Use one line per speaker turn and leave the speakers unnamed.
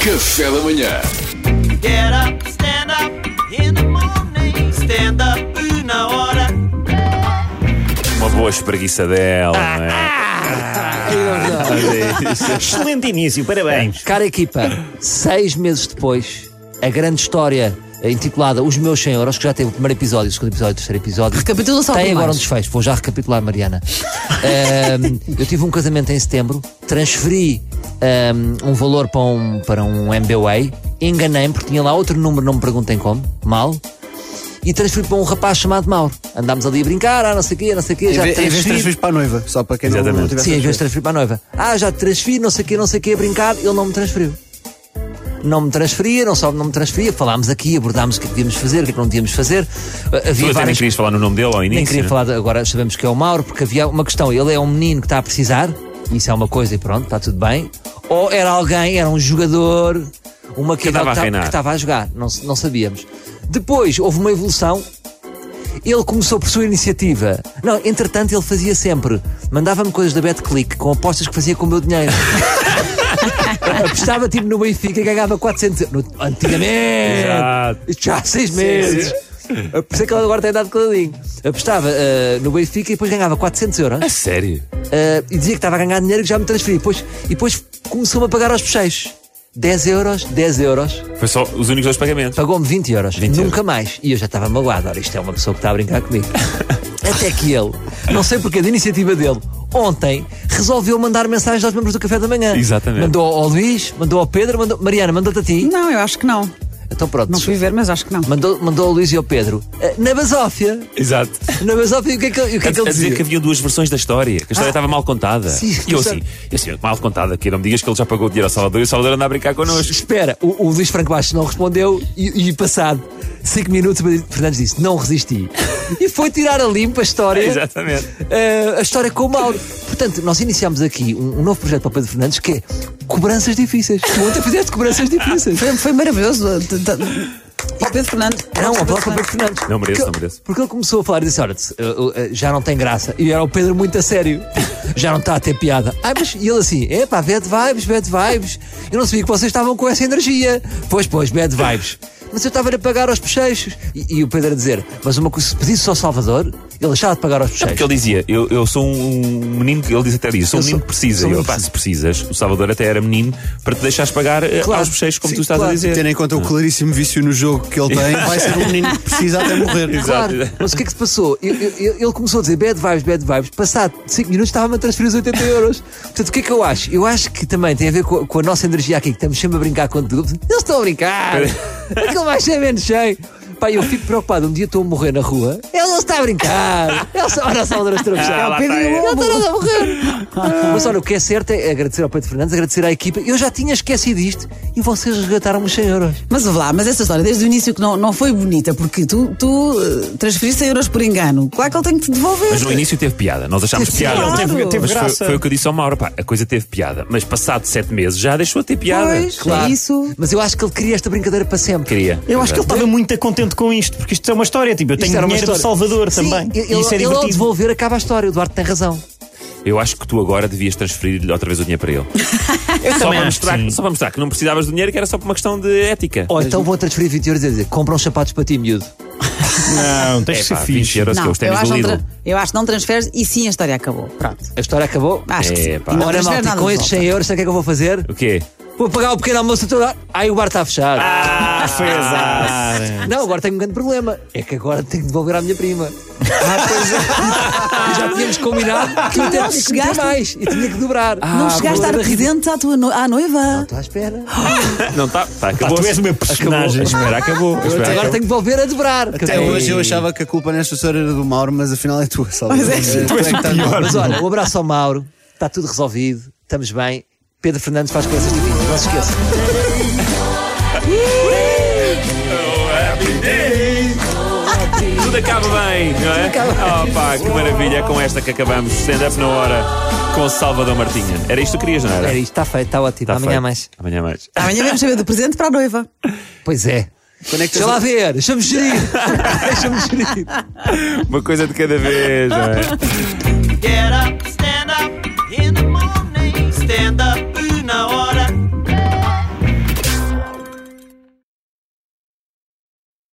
Café da manhã.
Get up, stand up in the morning. Stand up na hora.
Uma boa espreguiçadela,
Ah,
não é?
Excelente início, parabéns.
Cara equipa, seis meses depois, a grande história eh, intitulada Os Meus 100 Euros, que já teve o primeiro episódio, o segundo episódio, o terceiro episódio.
Recapitula só
Tem
primeiro.
agora um desfecho, vou já recapitular, Mariana. Ahm, eu tive um casamento em setembro, transferi ahm, um, valor para um, para um MBWay, enganei-me porque tinha lá outro número, não me perguntem como, mal. E transferi para um rapaz chamado Mauro. Andámos ali a brincar, ah, não sei o quê, não sei o quê, já
Em vez de
transferi.
transferir para a noiva, só para quem não, não
Exatamente.
tivesse.
Sim, em vez de transferir para a noiva. Ah, já te transferi, não sei o quê, não sei o quê, a brincar, ele não me transferiu. Não me transferia, não só não me transferia, falámos aqui, abordámos o que é que devíamos fazer, o que é que não devíamos fazer. Ah,
Tu
Havia
até nem
várias...
querias falar no nome dele ao início.
Nem queria
né?
falar, de- agora sabemos que é o Mauro, porque havia uma questão, ele é um menino que está a precisar, isso é uma coisa e pronto, está tudo bem. Ou era alguém, era um jogador, uma que,
estava a
que
reinar.
que estava a jogar, não, se- não sabíamos. Depois houve uma evolução, ele começou por sua iniciativa. Não, entretanto, ele fazia sempre. Mandava-me coisas da BetClick com apostas que fazia com o meu dinheiro. Apostava tipo no Benfica e ganhava 400 euros. No- Antigamente!
Exato.
Isto já há seis meses! Por isso é que ele agora tem dado caladinho. Apostava eh, no Benfica e depois ganhava 400 euros.
A sério?
Uh, e dizia que estava a ganhar dinheiro e que já me transferia. Depois, e depois começou-me a pagar aos fecheiros. 10 euros, 10 euros,
Foi só os únicos dois pagamentos.
pagou-me 20 euros,
20
nunca mais. E eu já estava magoado. Ora, isto é uma pessoa que está a brincar comigo. Até que ele, não sei porque da iniciativa dele, ontem resolveu mandar mensagens aos membros do Café da Manhã.
Exatamente.
Mandou ao Luís, mandou ao Pedro, mandou. Mariana, mandou-te a ti.
Não, eu acho que não.
Então pronto.
Não fui ver, mas acho que não.
Mandou, mandou ao Luís e ao Pedro. Eh, Na Basófia.
Exato.
Na Basófia, e o que é que, ele- e o que, é que
a
ele
dizer
dizia? Ah.
que havia duas versões da história, que a história estava mal contada.
Sim,
e eu assim,
exato.
eu assim, mal contada, que não me digas que ele já pagou o dinheiro ao Salvador e o Salvador anda a brincar connosco.
Espera, o, o Luís Franco Bastos não respondeu e, e passado 5 minutos o Fernandes disse, não resisti. E foi tirar a limpa a história.
Exatamente.
eh, a história com o Mauro. Portanto, nós iniciámos aqui um, um novo projeto para o Pedro Fernandes que é cobranças difíceis. Tu Ontem fizeste cobranças difíceis.
Foi, foi maravilhoso. De- de- O Pedro Fernandes.
Não,
O
aplausos para o Pedro Fernandes.
Não mereço,
Porque-
não mereço.
Porque ele começou a falar e disse: Olha, eh, eh, já não tem graça. E era o Pedro muito a sério. Já não está a ter piada. Ah, mas e ele assim: É pá, bad vibes, bad vibes. Eu não sabia que vocês estavam com essa energia. Pois, pois, bad vibes. Mas eu estava a pagar aos pecheiros. E, e o Pedro a dizer: Mas uma coisa, se pedisse só Salvador, ele deixava de pagar aos pecheiros.
É Porque ele dizia, eu, eu sou um um menino que ele diz até isso, sou um
Eu
menino
sou-
que precisa.
sou
E Eu,
menino
pá, se precisas, o Salvador até era menino para te deixares pagar eh,
Claro.
aos bocheiros, como
Sim,
tu estás
claro.
a dizer.
Tendo em conta o claríssimo vício no jogo que ele tem, vai ser um menino que precisa até morrer.
Exato.
Claro, mas o que é que se passou? Eu- eu- eu- ele começou a dizer bad vibes, bad vibes. Passado 5 minutos estava-me a transferir os 80 euros. Portanto, o que é que eu acho? Eu acho que também tem a ver com, com a nossa energia aqui, que estamos sempre a brincar com tudo. Eles estão a brincar. Aquilo vai ser menos cheio. Pá, eu fico preocupado. Um dia estou a morrer na rua. Ele não está a brincar. Ele só olha só a
Ah,
atravessar.
lá
Ele
está ele.
não está nada a morrer. um Mas olha, o que é certo é agradecer ao Pedro Fernandes, agradecer à equipa. Eu já tinha esquecido isto e vocês resgataram-me os 100 euros.
Mas vá lá, mas essa história desde o início que não, não foi bonita, porque tu, tu eh, transferiste 100 euros por engano. Claro que ele tem que te devolver.
Mas no início teve piada, nós achámos
Sim,
piada.
claro. Teve- teve
mas foi,
graça.
foi o que eu disse ao Mauro, pá, a coisa teve piada, mas passado sete meses já deixou de ter piada.
Pois, é isso.
Mas eu acho que ele queria esta brincadeira para sempre.
Ah. Queria.
Eu acho que ele estava muito contente com isto, porque isto é uma história. Tipo, eu tenho
era uma
dinheiro do
história.
Salvador
Sim,
também.
Ele,
e isso é
ele ao
divertido.
devolver acaba a história. O Duarte tem razão.
Eu acho que tu agora devias transferir-lhe outra vez o dinheiro para ele. só,
também
para
acho que
mostrar,
sim.
só para mostrar que não precisavas do dinheiro, que era só por uma questão de ética.
Ou então vou transferir 20 euros e dizer: compra uns sapatos para ti, miúdo.
Não, tens
é
de ser
pá, 20
fixe.
euros que é os
eu
ténis
acho,
do
que não
Lidl.
tra- eu acho que não transferes e sim a história acabou. Pronto.
A história acabou.
Acho que sim.
Epá.
Não
Ora,
transferes
malta,
nada
com
de
estes
volta.
100 euros, sabe o que é que eu vou fazer?
O quê?
Vou pagar o pequeno almoço a toda hora. Ai, o bar está a fechar.
Ah, foi azar.
Não, agora tenho um grande problema. É que agora tenho que devolver à minha prima. Ah, pois é. Já tínhamos combinado que eu até tinha que
Não
meter
chegaste-
mais e tinha que dobrar.
não
Ah,
chegaste a
vou
estar
dar a rir.
presente à tua no- à noiva.
Estou à espera.
Não está, tá,
Pá,
acabou.
Ah, tu és uma
Acabou.
personagem.
Espera, acabou. Espera,
Agora
acabou.
tenho que devolver a dobrar.
Até hoje eu achava que a culpa nesta história era do Mauro, mas afinal é tua, Salvador.
Mas é,
tu és o pior.
Mas olha, um abraço ao Mauro, está tudo resolvido, estamos bem. Pedro Fernandes faz coisas divinas, não se esqueça.
Tudo acaba bem, não é? Oh, pá, que maravilha, é com esta que acabamos. Stand-up na hora com o Salvador Martinha. Era isto que querias, não era?
Era É isto, está feito, está ótimo.
Tá
Amanhã
feito.
mais.
Amanhã mais.
Amanhã vamos saber do presente para a noiva.
Pois é.
Quando é que
Deixa lá ver, deixa-me gerir. deixa-me gerir.
Uma coisa de cada vez, não é?
Get up, stand up in the morning. Stand up